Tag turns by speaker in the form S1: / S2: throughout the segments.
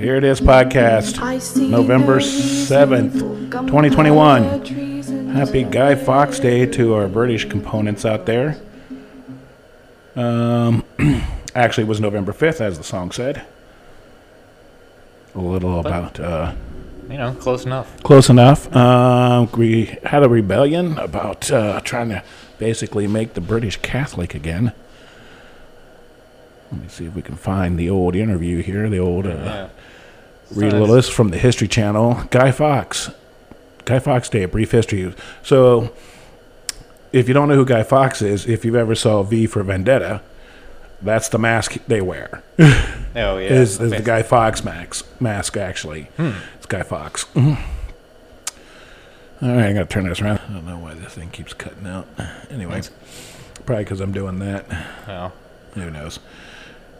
S1: it is podcast, November 7th, 2021. Happy Guy Fox Day to our British components out there. Um, actually, it was November 5th, as the song said. A little about uh,
S2: You know, close enough.
S1: Close enough. Um, we had a rebellion about uh, trying to basically make the British Catholic again. Let me see if we can find the old interview here, the old uh,
S2: Yeah.
S1: read
S2: Sometimes-
S1: list from the History Channel. Guy Fox. Guy Fox Day, a brief history. So, if you don't know who Guy Fox is, if you've ever saw V for Vendetta, that's the mask they wear
S2: Oh yeah.
S1: is, is the
S2: Okay. Hmm.
S1: Guy Fox max, mask actually. It's Guy Fox. Mm-hmm. All right, I gotta turn this around. I don't know why this thing keeps cutting out. Anyway, probably because I'm doing that.
S2: Oh.
S1: Who knows?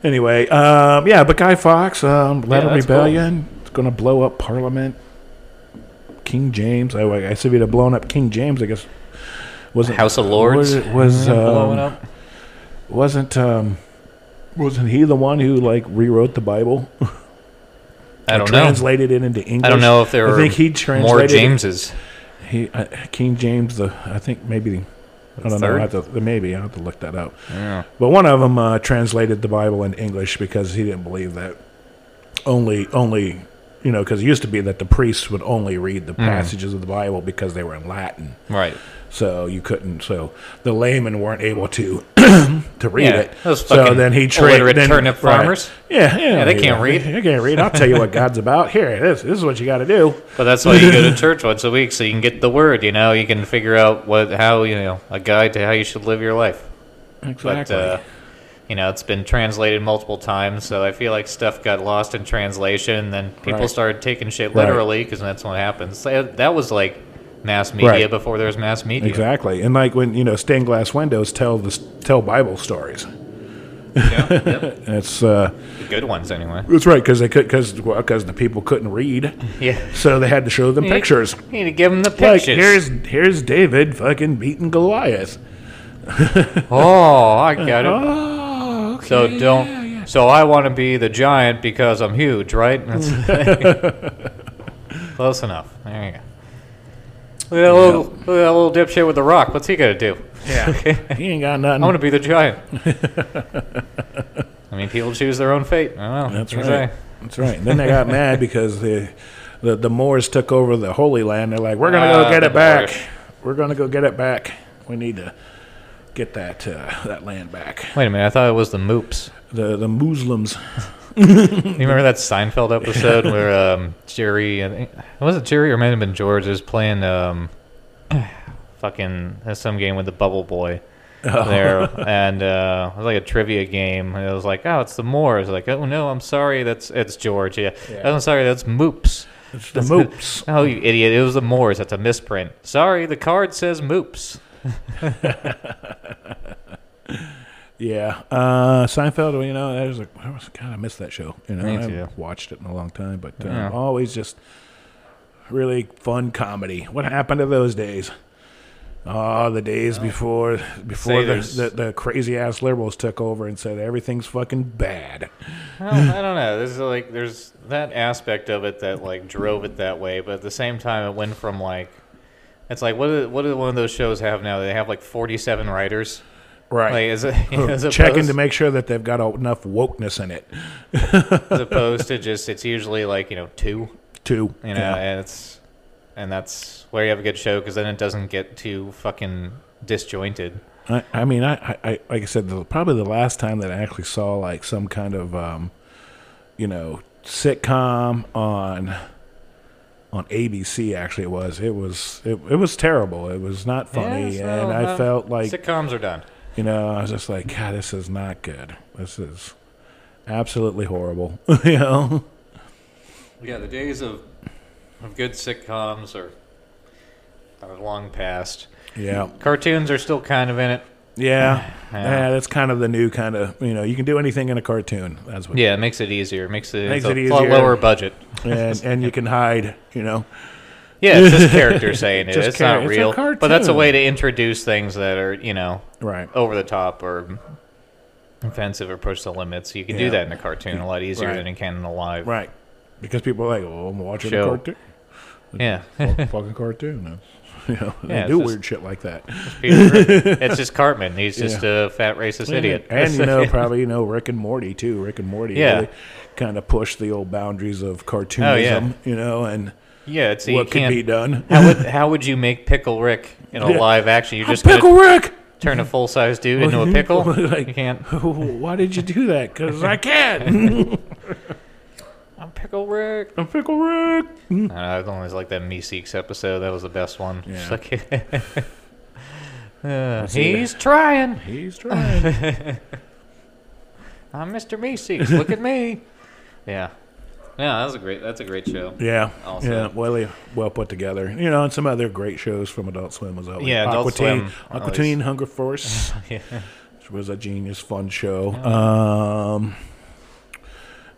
S1: Anyway, um, yeah, but Guy Fox um, led
S2: Yeah,
S1: a
S2: that's cool.
S1: rebellion. It's gonna blow up Parliament. King James. I, I said he'd have blown up King James. I guess wasn't
S2: House of Lords.
S1: was, was
S2: Yeah, blowing
S1: um,
S2: up.
S1: wasn't um, wasn't he the one who like rewrote the Bible?
S2: I don't know.
S1: translated it into English.
S2: I don't know if there
S1: I
S2: were
S1: think he
S2: more
S1: translated it-
S2: Jameses.
S1: He uh, King James the I think maybe the, I don't know. I
S2: Third?
S1: have to, maybe I have to look that up.
S2: Yeah.
S1: But one of them uh, translated the Bible into English because he didn't believe that only only you know because it used to be that the priests would only read
S2: Hmm.
S1: the passages of the Bible because they were in Latin,
S2: Right.
S1: so you couldn't. So the laymen weren't able to to read
S2: Yeah,
S1: it.
S2: those
S1: so
S2: fucking
S1: then he tra-
S2: illiterate
S1: then-
S2: turnip
S1: right.
S2: farmers.
S1: Yeah, yeah,
S2: they can't read.
S1: They can't read. I'll tell you what God's about. Here, this this is what you got to do.
S2: But that's why you go to church once a week so you can get the word. You know, you can figure out what, how, you know, a guide to how you should live your life.
S1: Exactly.
S2: But, uh, you know, it's been translated multiple times, so I feel like stuff got lost in translation, and then people
S1: Right.
S2: started taking shit
S1: Right.
S2: literally because that's what happens. So That was like mass media
S1: Right.
S2: before there was mass media.
S1: Exactly, and like when you know stained glass windows tell the tell Bible stories. It's uh,
S2: The good ones, anyway.
S1: that's right because they could because because the people couldn't read,
S2: Yeah.
S1: so they had to show them pictures.
S2: You need to give them the
S1: Like
S2: pictures.
S1: here's here's David fucking beating Goliath.
S2: oh, I got it.
S1: Oh, okay,
S2: so don't.
S1: Uh-huh. yeah, yeah.
S2: So I want to be the giant because I'm huge, right? That's- Close enough. There you go. Look at that little, look at that little dipshit with the rock. What's he gonna do?
S1: Yeah, he ain't got nothing.
S2: I want to be the giant. I mean, people choose their own fate. I don't know.
S1: That's
S2: What
S1: right.
S2: can I say?
S1: That's right. And then they got mad because the, the the Moors took over the Holy Land. They're like, we're gonna go
S2: Ah,
S1: get
S2: the
S1: it back.
S2: Moorish.
S1: We're gonna go get it back. We need to get that uh, that land back.
S2: Wait a minute. I thought it was the Moops.
S1: The the Muslims.
S2: You remember that Seinfeld episode where um, Jerry and was it Jerry or might have been George was playing um, fucking uh, some game with the Bubble Boy there, and uh, it was like a trivia game. And it was like, oh, it's the Moors. Like, oh no, I'm sorry, that's it's George. Yeah, "Oh,
S1: Yeah.
S2: I'm sorry, that's Moops.
S1: It's the Moops.
S2: Oh, you idiot! It was the Moors. That's a misprint. Sorry, the card says Moops.
S1: Yeah. Uh, Seinfeld, you know, there's a, I was, God, I missed that show. You know, I
S2: Me too.
S1: haven't watched it in a long time, but uh,
S2: Yeah.
S1: always just really fun comedy. What happened to those days? Oh, the days before before
S2: Say
S1: the,
S2: there's-
S1: the, the crazy ass liberals took over and said everything's fucking bad.
S2: Well, I don't know. This is like there's that aspect of it that like drove it that way, but at the same time, it went from like it's like what do, what do one of those shows have now? They have like 47 writers. Like
S1: Right.
S2: is it as opposed,
S1: Checking to make sure that they've got enough wokeness in it,
S2: as opposed to just it's usually like you know two,
S1: too.
S2: you know,
S1: Yeah.
S2: and it's and that's where you have a good show because then it doesn't get too fucking disjointed.
S1: I, I mean, I, I, I like I said, the, probably the last time that I actually saw like some kind of, um, you know, sitcom on on ABC. Actually, it was it was it, it was terrible. It was not funny,
S2: so,
S1: and I
S2: uh,
S1: felt like
S2: Sitcoms are done.
S1: you know, I was just like, God, this is not good. This is absolutely horrible. you know,
S2: Yeah, the days of of good sitcoms are are long past.
S1: yeah,
S2: Cartoons are still kind of in it.
S1: yeah,
S2: Yeah.
S1: yeah. That's kind of the new kind of you know, you can do anything in a cartoon. That's what
S2: Yeah, it makes it easier. It makes it,
S1: Makes
S2: it's a
S1: it
S2: lot
S1: easier.
S2: lower budget.
S1: and and you can hide. You know,
S2: Yeah, it's just character saying it.
S1: Just
S2: It's
S1: char-
S2: not
S1: it's a
S2: real. But that's a
S1: cartoon.
S2: way to introduce things that are, you know,
S1: right.
S2: over the top or offensive or push the limits. You can
S1: Yeah.
S2: do that in a cartoon a lot easier
S1: Right.
S2: than you can in a live.
S1: Right. because people are like, "Oh, I'm watching
S2: Show.
S1: a cartoon."
S2: Yeah.
S1: Fuck- fucking cartoon. You know, they
S2: Yeah, it's
S1: do
S2: just-
S1: weird shit like that.
S2: Peter Griffin. it's just Cartman. He's just a fat racist idiot.
S1: And you know, probably you know Rick and Morty too. Rick and Morty
S2: Yeah. Oh,
S1: really kind of pushed the old boundaries of cartoonism,
S2: yeah.
S1: you know, and
S2: yeah, it's you
S1: what could
S2: can't.
S1: be done.
S2: how would how would you make Pickle Rick in a
S1: Yeah.
S2: live action? You're just
S1: pickle
S2: gonna
S1: Rick.
S2: turn a full size dude into a pickle.
S1: Like-
S2: you can't.
S1: Why did you do that? Because I can.
S2: I'm Pickle Rick.
S1: I'm pickle Rick.
S2: I, don't know, I always like that Meeseeks episode. That was the best one.
S1: Yeah.
S2: Just like- Uh,
S1: see
S2: he's trying.
S1: He's trying.
S2: I'm Mr. Meeseeks. Look at me. Yeah. Yeah, that was a great. That's a great show.
S1: yeah,
S2: Also-
S1: yeah. Well, well put together. You know, and some other great shows from Adult Swim was out.
S2: Yeah, Adult
S1: Aqua Teen,
S2: Swim
S1: Aqua
S2: always-
S1: Teen Hunger Force,
S2: Yeah.
S1: which was a genius, fun show. Um,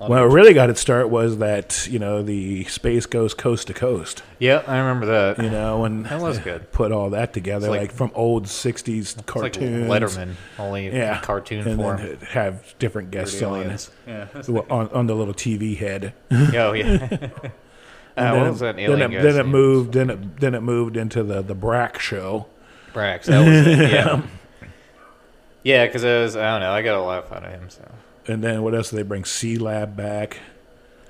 S1: well, it really got its start was that you know the space goes coast to coast.
S2: Yeah, I remember that.
S1: You know, and
S2: That was good.
S1: Put all that together,
S2: It's like-
S1: like, from old '60s
S2: It's like
S1: cartoons,
S2: Letterman, only
S1: yeah,
S2: in cartoon
S1: and
S2: form.
S1: then have different guests
S2: Dirty
S1: on
S2: aliens. Yeah.
S1: Well, on, on the little TV head.
S2: oh yeah. uh,
S1: And
S2: what
S1: then,
S2: was
S1: it,
S2: that
S1: then,
S2: alien
S1: it,
S2: guy's
S1: then it
S2: name?
S1: moved. Then it then it moved into the the Brack show.
S2: Brax. That was it. Yeah. yeah, because I was. I don't know. I got a laugh out of him. So.
S1: And then what else did they bring? C Lab back.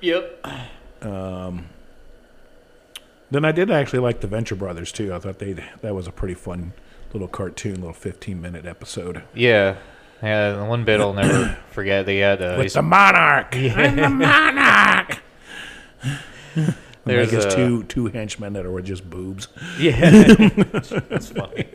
S2: Yep.
S1: Then I did actually like the Venture Brothers too. I thought they that was a pretty fun little cartoon, little fifteen minute episode
S2: Yeah. Yeah. the One bit I'll never forget. They had. Uh,
S1: with
S2: these-
S1: the Monarch. I'm the Monarch.
S2: There's
S1: I guess
S2: a-
S1: two two henchmen that were just boobs.
S2: Yeah, that's funny.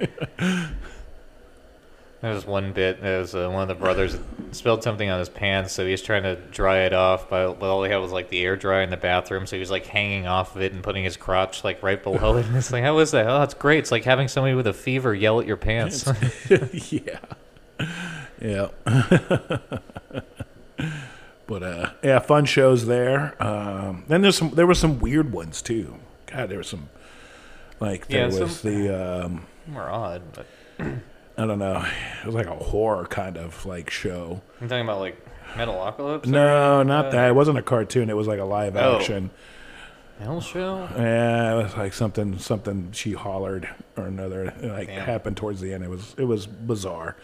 S2: There was one bit. There was uh, one of the brothers spilled something on his pants, so he was trying to dry it off. But all he had was like the air dryer in the bathroom, so he was like hanging off of it and putting his crotch like right below it. And it's like, how is that? Oh, it's great. It's like having somebody with a fever yell at your pants.
S1: yeah. Yeah. but uh yeah, fun shows there. Um then there's some there were some weird ones too. God, there were some like there
S2: Yeah,
S1: was
S2: some-
S1: the um
S2: We're odd. But
S1: I don't know. It was like a horror kind of like show.
S2: I'm talking about like Metalocalypse. or
S1: No, not
S2: uh,
S1: that. It wasn't a cartoon. It was like a live
S2: Oh.
S1: action.
S2: Hell show.
S1: Yeah, it was like something something she hollered or another. It like
S2: Damn.
S1: happened towards the end. It was it was bizarre.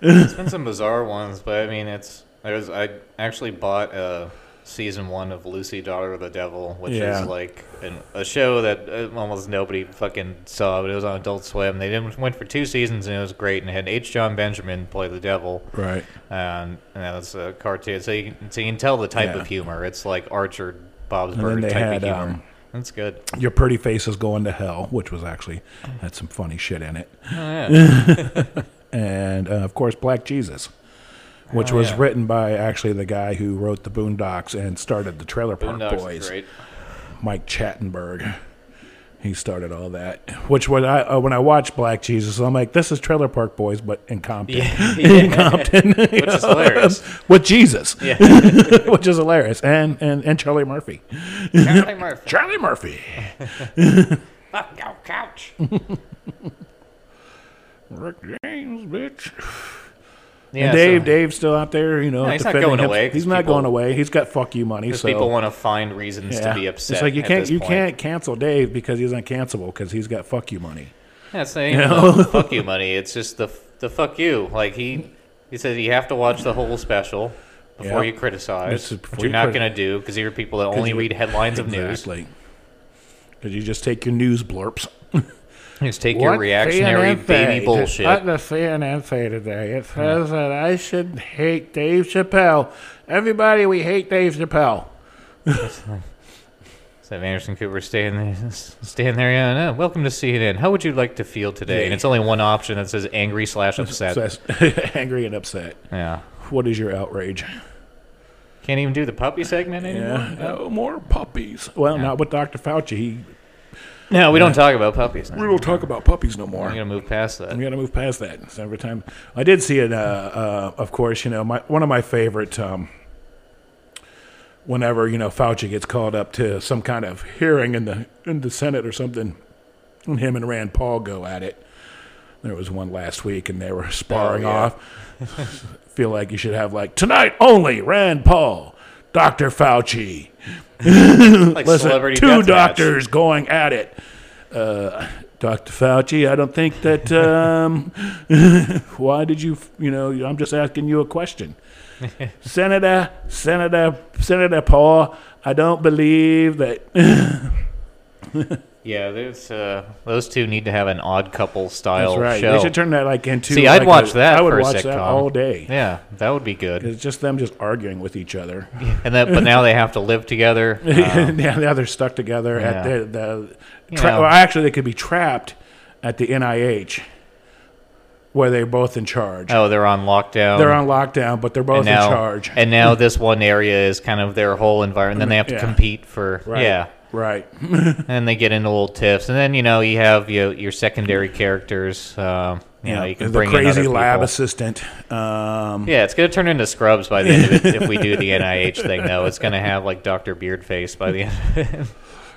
S2: There's been some bizarre ones, but I mean, it's there's. I actually bought uh, season one of Lucy, Daughter of the Devil, which
S1: Yeah.
S2: is like an, a show that uh, almost nobody fucking saw, but it was on Adult Swim. They didn't, went for two seasons and it was great, and it had H. John Benjamin play the devil,
S1: Right.
S2: and, and that was a cartoon. So you can, so you can tell the type
S1: Yeah.
S2: of humor. It's like Archer, Bob's
S1: then
S2: Burger
S1: they
S2: type
S1: had,
S2: of humor.
S1: um,
S2: That's good.
S1: Your Pretty Face is Going to Hell, which was actually had some funny shit in it.
S2: Oh, yeah.
S1: And uh, of course, Black Jesus, which
S2: Oh,
S1: was
S2: yeah.
S1: written by actually the guy who wrote the Boondocks and started the Trailer Park
S2: Boondocks
S1: Boys,
S2: is great.
S1: Mike Chattenberg. He started all that, which when I uh, when I watched Black Jesus, I'm like, this is Trailer Park Boys, but in Compton,
S2: Yeah, yeah.
S1: Compton,
S2: which is hilarious.
S1: with Jesus,
S2: Yeah,
S1: which is hilarious, and and and Charlie Murphy,
S2: Charlie Murphy.
S1: Charlie Murphy,
S2: Fuck your couch.
S1: Rick James, bitch.
S2: Yeah,
S1: and Dave,
S2: so-
S1: Dave's still out there, you know.
S2: No, he's not
S1: defending
S2: going
S1: him-
S2: away 'cause
S1: He's not
S2: people-
S1: going away. He's got fuck you money.
S2: Because
S1: So
S2: people want to find reasons
S1: yeah.
S2: to be upset.
S1: It's like you
S2: at
S1: can't
S2: this
S1: you
S2: point.
S1: can't cancel Dave because he's uncancelable because he's got fuck you money.
S2: Yeah, it's not even the fuck you money. It's just the the fuck you. Like he he says you have to watch the whole special before
S1: Yeah.
S2: you criticize,
S1: This is
S2: which
S1: before
S2: you're
S1: you
S2: not
S1: criti-
S2: going to do because you're people that only
S1: you-
S2: read headlines of news.
S1: Exactly. Because you just take your news blurps.
S2: You just take your reactionary baby bullshit.
S1: the CNN say today. It says that I should hate Dave Chappelle. Everybody, we hate Dave Chappelle.
S2: So Anderson Cooper staying there, staying there. Yeah, no, welcome to CNN. How would you like to feel today? And it's only one option that says angry slash upset.
S1: So that's angry and upset.
S2: Yeah,
S1: What is your outrage?
S2: can't even do the puppy segment anymore.
S1: Yeah. Oh, more puppies. Well, not with Dr. Fauci. He
S2: No, we don't talk about puppies.
S1: We
S2: Now.
S1: don't talk about puppies no
S2: I'm
S1: more.
S2: gonna move past that.
S1: We got to move past that. So every time I did see it, uh, uh, of course, you know, my one of my favorite. Um, whenever you know Fauci gets called up to some kind of hearing in the in the Senate or something, and him and Rand Paul go at it. There was one last week, and they were sparring
S2: Oh, yeah.
S1: off. Feel like you should have like tonight only Rand Paul, Doctor Fauci,
S2: like
S1: Listen,
S2: celebrity
S1: two
S2: death match.
S1: doctors going at it. Uh, Dr. Fauci, I don't think that. Um, why did you? You know, I'm just asking you a question. Senator, Senator, Senator Paul, I don't believe that.
S2: Yeah, there's uh, those two need to have an odd couple
S1: That's
S2: style
S1: right.
S2: show.
S1: They should turn that like into.
S2: See, I'd
S1: like,
S2: watch
S1: a-
S2: that
S1: I would
S2: for a
S1: watch that
S2: sitcom.
S1: all day.
S2: yeah, that would be good.
S1: It's just them just arguing with each other.
S2: And that, but now they have to live together. Uh,
S1: yeah, now they're stuck together at
S2: Yeah.
S1: the, the
S2: You
S1: tra-
S2: know.
S1: well, actually they could be trapped at the NIH where they're both in charge.
S2: oh, they're on lockdown.
S1: They're on lockdown, but they're both
S2: and now,
S1: in charge.
S2: And now this one area is kind of their whole environment. Then they have to
S1: Yeah.
S2: compete for
S1: Right.
S2: yeah.
S1: Right.
S2: And they get into little tiffs, and then you know you have you know, your secondary characters. Um, you know, you can
S1: the
S2: bring in other
S1: crazy lab
S2: people.
S1: assistant. Um,
S2: Yeah, it's gonna turn into Scrubs by the end of it if we do the NIH thing. Though it's gonna have like Doctor Beardface by the end.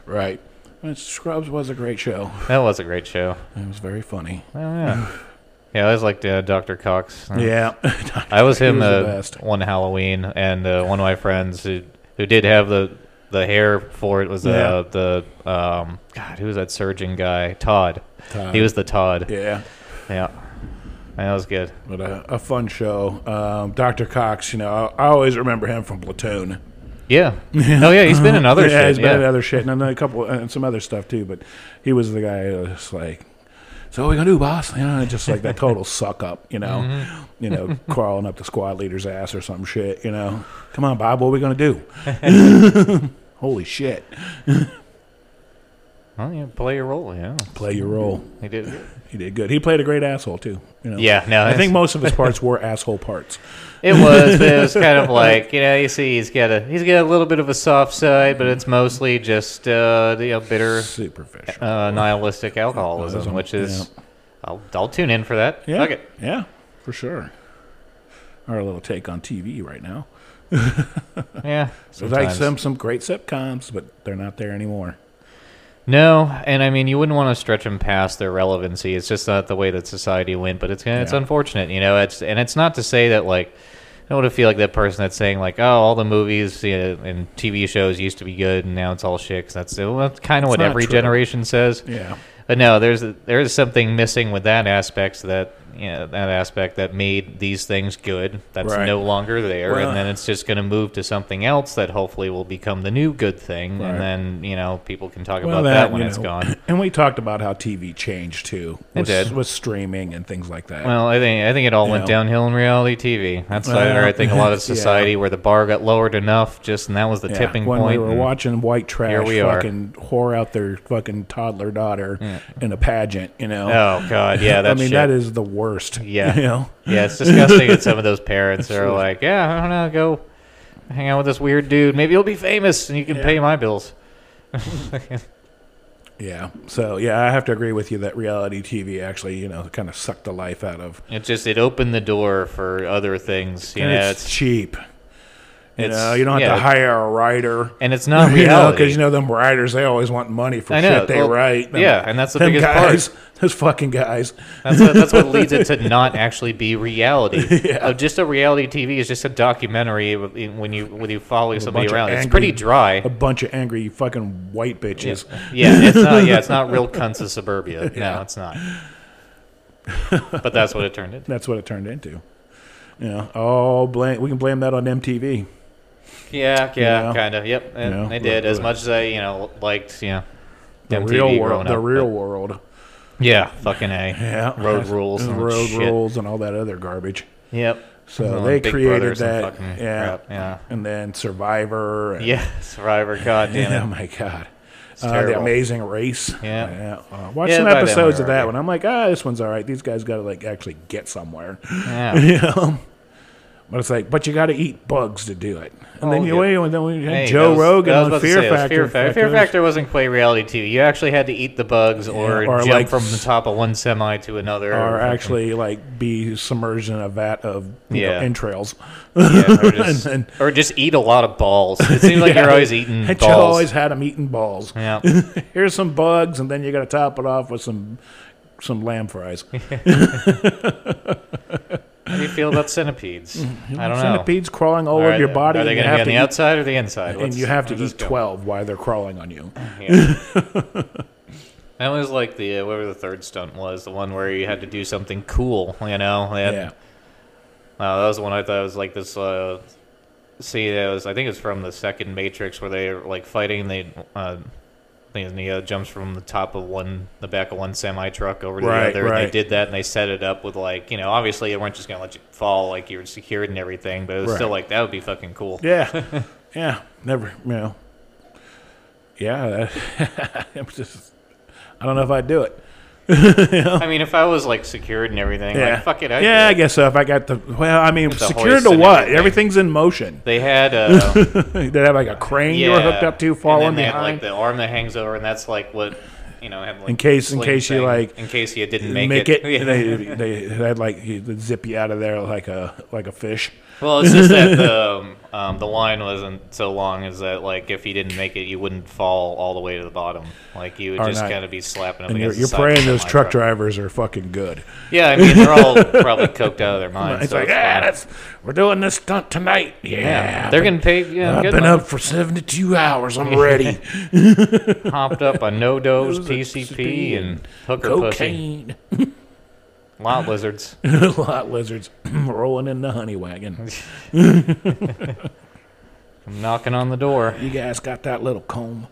S1: Right. Well, Scrubs was a great show.
S2: that was a great show.
S1: It was very funny.
S2: Oh, yeah. Yeah, I always liked uh, Dr. Cox. Uh,
S1: Yeah.
S2: I was him
S1: was the
S2: uh,
S1: best.
S2: one Halloween, and uh, one of my friends who, who did have the, the hair for it was uh, the, um, God, who was that surgeon guy? Todd.
S1: Todd.
S2: He was the Todd.
S1: yeah.
S2: Yeah. That was good.
S1: But a, a fun show. Um, Dr. Cox, you know, I, I always remember him from Platoon.
S2: Yeah. Oh, yeah, he's been in other
S1: Mm-hmm. yeah,
S2: shit.
S1: he's
S2: yeah.
S1: been in other shit, and then a couple and some other stuff too. But he was the guy that was like, "So what we gonna do, boss?" You know, just like that total suck up, you know,
S2: Mm-hmm.
S1: you know, crawling up the squad leader's ass or some shit. You know, come on, Bob, what are we gonna do? Holy shit!
S2: Well, Oh, yeah, play your role, yeah.
S1: Play your role.
S2: He did.
S1: He did good. He played a great asshole too. You know.
S2: Yeah, no,
S1: I think
S2: that's-
S1: most of his parts were asshole parts.
S2: It was, but it was kind of like you know, you see, he's got a he's got a little bit of a soft side, but it's mostly just uh, you know, bitter
S1: Superficial.
S2: uh, nihilistic alcoholism, which is I'll, I'll tune in for that.
S1: Yeah.
S2: Fuck it.
S1: Yeah, for sure. Our little take on TV right now.
S2: Yeah.
S1: There's like
S2: sometimes.
S1: some some great sitcoms, but they're not there anymore.
S2: No, and I mean you wouldn't want to stretch them past their relevancy. It's just not the way that society went, but it's it's
S1: Yeah.
S2: unfortunate, you know. It's and it's not to say that like I don't want to feel like that person that's saying like oh all the movies you know, and TV shows used to be good and now it's all shit. 'cause that's, well, that's kind of what
S1: not
S2: every
S1: true.
S2: generation says.
S1: Yeah.
S2: But no, there's there's something missing with that aspect that you know, that aspect that made these things good. That's
S1: Right.
S2: no longer there,
S1: Well-
S2: and then it's just going to move to something else that hopefully will become the new good thing,
S1: Right.
S2: and then you know people can talk
S1: Well,
S2: about that,
S1: that,
S2: when
S1: you
S2: it's
S1: know,
S2: gone.
S1: And we talked about how TV changed too.
S2: It
S1: with,
S2: did.
S1: with streaming and things like that.
S2: Well, I think I think it all went
S1: know.
S2: downhill in reality TV. That's where I
S1: Well,
S2: think a lot of
S1: yeah.
S2: society where the bar got lowered enough, just and that was the
S1: Yeah,
S2: tipping
S1: when
S2: point,
S1: we were
S2: and-
S1: watching white trash
S2: we are.
S1: fucking whore out their fucking toddler daughter in a pageant, you know.
S2: Oh God, yeah,
S1: I
S2: that's
S1: mean
S2: shit.
S1: that is the worst.
S2: Yeah.
S1: You know.
S2: Yeah, it's disgusting that some of those parents are like, yeah, I don't know, go hang out with this weird dude. Maybe you'll be famous and you can pay my bills.
S1: Yeah. So yeah, I have to agree with you that reality TV actually, you know, kind of sucked the life out of.
S2: It just it opened the door for other things. You
S1: and
S2: know,
S1: it's,
S2: it's,
S1: cheap. You
S2: it's-
S1: know, you don't have
S2: yeah.
S1: to hire a writer.
S2: and it's not
S1: You know, because
S2: reality.
S1: you know them writers, they always want money for
S2: I know,
S1: shit they
S2: well,
S1: write. Them-
S2: yeah, and that's the
S1: them
S2: biggest part.
S1: guys, Those fucking guys.
S2: that's, what, that's what leads it to not actually be reality. Uh, just a reality TV is just a documentary with- when you when you follow somebody
S1: bunch of
S2: around. It's
S1: angry-
S2: pretty dry.
S1: A bunch of angry fucking white bitches.
S2: Yeah, it's not. Yeah, it's not real cunts of suburbia. No, it's not. But that's what it turned into.
S1: That's what it turned into. You know, all blame. We can blame that on MTV.
S2: Yeah, yeah,
S1: know?
S2: kind of. Yep, and
S1: know,
S2: they did.
S1: like
S2: As
S1: the-
S2: much as I, you know, liked, you know,
S1: The
S2: MTV
S1: real
S2: growing
S1: world. The
S2: up,
S1: real world.
S2: but- yeah, fucking a.
S1: Yeah.
S2: road rules and
S1: road
S2: shit.
S1: rules, and all that other garbage.
S2: Yep.
S1: So
S2: Oh,
S1: they
S2: Big
S1: created
S2: Brothers and
S1: that.
S2: fucking
S1: yeah.
S2: crap, yeah,
S1: And then Survivor. And,
S2: yeah. Survivor. God damn
S1: Yeah,
S2: it.
S1: Oh my god.
S2: It's
S1: Uh, the
S2: terrible.
S1: Amazing Race.
S2: Yeah.
S1: yeah. Uh, watch
S2: Yeah,
S1: some
S2: by then
S1: episodes
S2: we
S1: of
S2: were
S1: that
S2: already-
S1: one. I'm like, ah, this one's all right. These guys got to like actually get somewhere,
S2: Yeah.
S1: you know. But it's like, but you got to eat bugs to do it. And then
S2: Oh,
S1: you
S2: yeah.
S1: wait, and then we had
S2: Hey, that
S1: Joe
S2: was-
S1: Rogan
S2: I was
S1: on
S2: about to
S1: Fear
S2: say, it was
S1: Factor.
S2: Fear, Factor. Fear
S1: fuckers.
S2: Factor wasn't quite reality TV. You actually had to eat the bugs or,
S1: or
S2: jump
S1: like
S2: from the
S1: s-
S2: top of one semi to another.
S1: Or
S2: fucking-
S1: actually, like, be submerged in a vat of you know,
S2: Yeah.
S1: entrails.
S2: yeah, or, just,
S1: and
S2: or just eat a lot of balls. It seems like you're always eating
S1: Hitch
S2: balls.
S1: always had them eating balls.
S2: Yeah.
S1: Here's some bugs, and then you got to top it off with some some lamb fries.
S2: How do you feel about centipedes? I don't know.
S1: Mm-hmm. Centipedes crawling all
S2: Are
S1: over your
S2: they-
S1: body.
S2: Are
S1: and
S2: they
S1: you
S2: going to
S1: have
S2: be on
S1: to eat-
S2: the outside or the inside?
S1: And
S2: What's-
S1: you have to
S2: where's this
S1: eat
S2: going?
S1: 12 while they're crawling on you.
S2: Yeah. that was like the uh, whatever the third stunt was, the one where you had to do something cool. You know, They had-
S1: Yeah.
S2: Uh, that was the one I thought was like this. Uh, see, that was I think it's from the second Matrix where they were like fighting. They, uh, I think Neo jumps from the top of one, the back of one semi truck over to
S1: Right,
S2: the other, and
S1: right.
S2: they did that and they set it up with like you know obviously they weren't just gonna let you fall like you were secured and everything, but it was still
S1: Right.
S2: like that would be fucking cool.
S1: Yeah. yeah. Never, you know. Yeah. That, I'm just, I don't know if I'd do it.
S2: I mean, if I was like secured and everything,
S1: Yeah.
S2: like fuck it, I'd
S1: yeah,
S2: do
S1: I
S2: it.
S1: guess so. If I got the, well, I mean,
S2: With the
S1: secured
S2: hoist
S1: to
S2: and
S1: what?
S2: everything.
S1: Everything's in motion.
S2: They had uh,
S1: they have like a crane you were
S2: yeah,
S1: hooked up to,
S2: and then
S1: falling
S2: they had,
S1: behind.
S2: like the arm that hangs over, and that's like what you know. Had, like,
S1: In case- in
S2: sling
S1: case you,
S2: thing,
S1: like,
S2: in case you didn't
S1: make,
S2: make,
S1: it.
S2: Yeah.
S1: They, they they had like he'd zip you out of there like a like a fish.
S2: well, it's just that the um, um, the line wasn't so long. Is that like if you didn't make it, you wouldn't fall all the way to the bottom. Like you would
S1: Or
S2: just
S1: not.
S2: kind of be slapping up
S1: And you're,
S2: against.
S1: you're
S2: the side of
S1: praying
S2: the
S1: those
S2: semi
S1: truck drivers are fucking good.
S2: Yeah, I mean they're all probably coked out of their minds.
S1: It's
S2: so
S1: like,
S2: it's
S1: yeah,
S2: fine.
S1: that's, we're doing this stunt tonight. Yeah,
S2: yeah, they're getting paid. Yeah,
S1: I've
S2: good
S1: been
S2: money.
S1: up for 72 hours. I'm ready.
S2: hopped up on no dose,
S1: Those are
S2: PCP, and hooker pussy,
S1: Cocaine.
S2: lot lizards.
S1: Lot lizards rolling in the honey wagon.
S2: I'm knocking on the door.
S1: You guys got that little comb.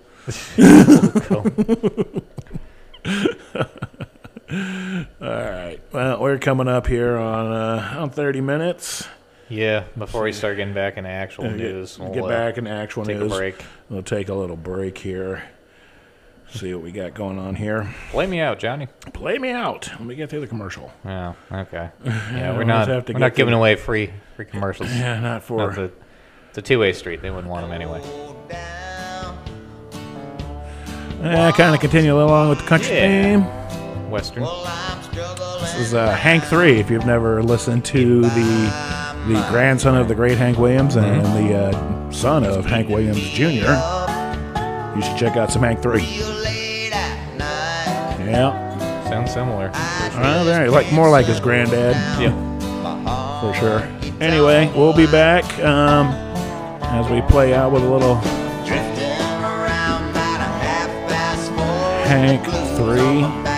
S1: All right. Well, we're coming up here on uh, on 30 minutes.
S2: yeah, before we start getting back into actual
S1: We'll get,
S2: news,
S1: we'll
S2: we'll
S1: get
S2: uh,
S1: back into actual
S2: take
S1: news.
S2: a break.
S1: We'll take a little break here. See what we got going on here.
S2: Play me out, Johnny.
S1: Play me out. Let me get through the commercial.
S2: Oh, okay. Yeah, we're
S1: always
S2: not
S1: have to
S2: we're
S1: get
S2: not giving
S1: the-
S2: away free free commercials.
S1: Yeah, not for.
S2: That's a, it's a two way street. They wouldn't want them anyway.
S1: Yeah, kind of continue along with the country
S2: Yeah.
S1: theme.
S2: Western.
S1: This is uh, Hank Three. If you've never listened to the the grandson of the great Hank Williams and the uh, son of Hank Williams Jr., you should check out some Hank Three. Yeah,
S2: Sounds similar.
S1: uh, there, like more like his granddad
S2: Yeah.
S1: for sure. Anyway, we'll be back um, as we play out with a little Hank Three.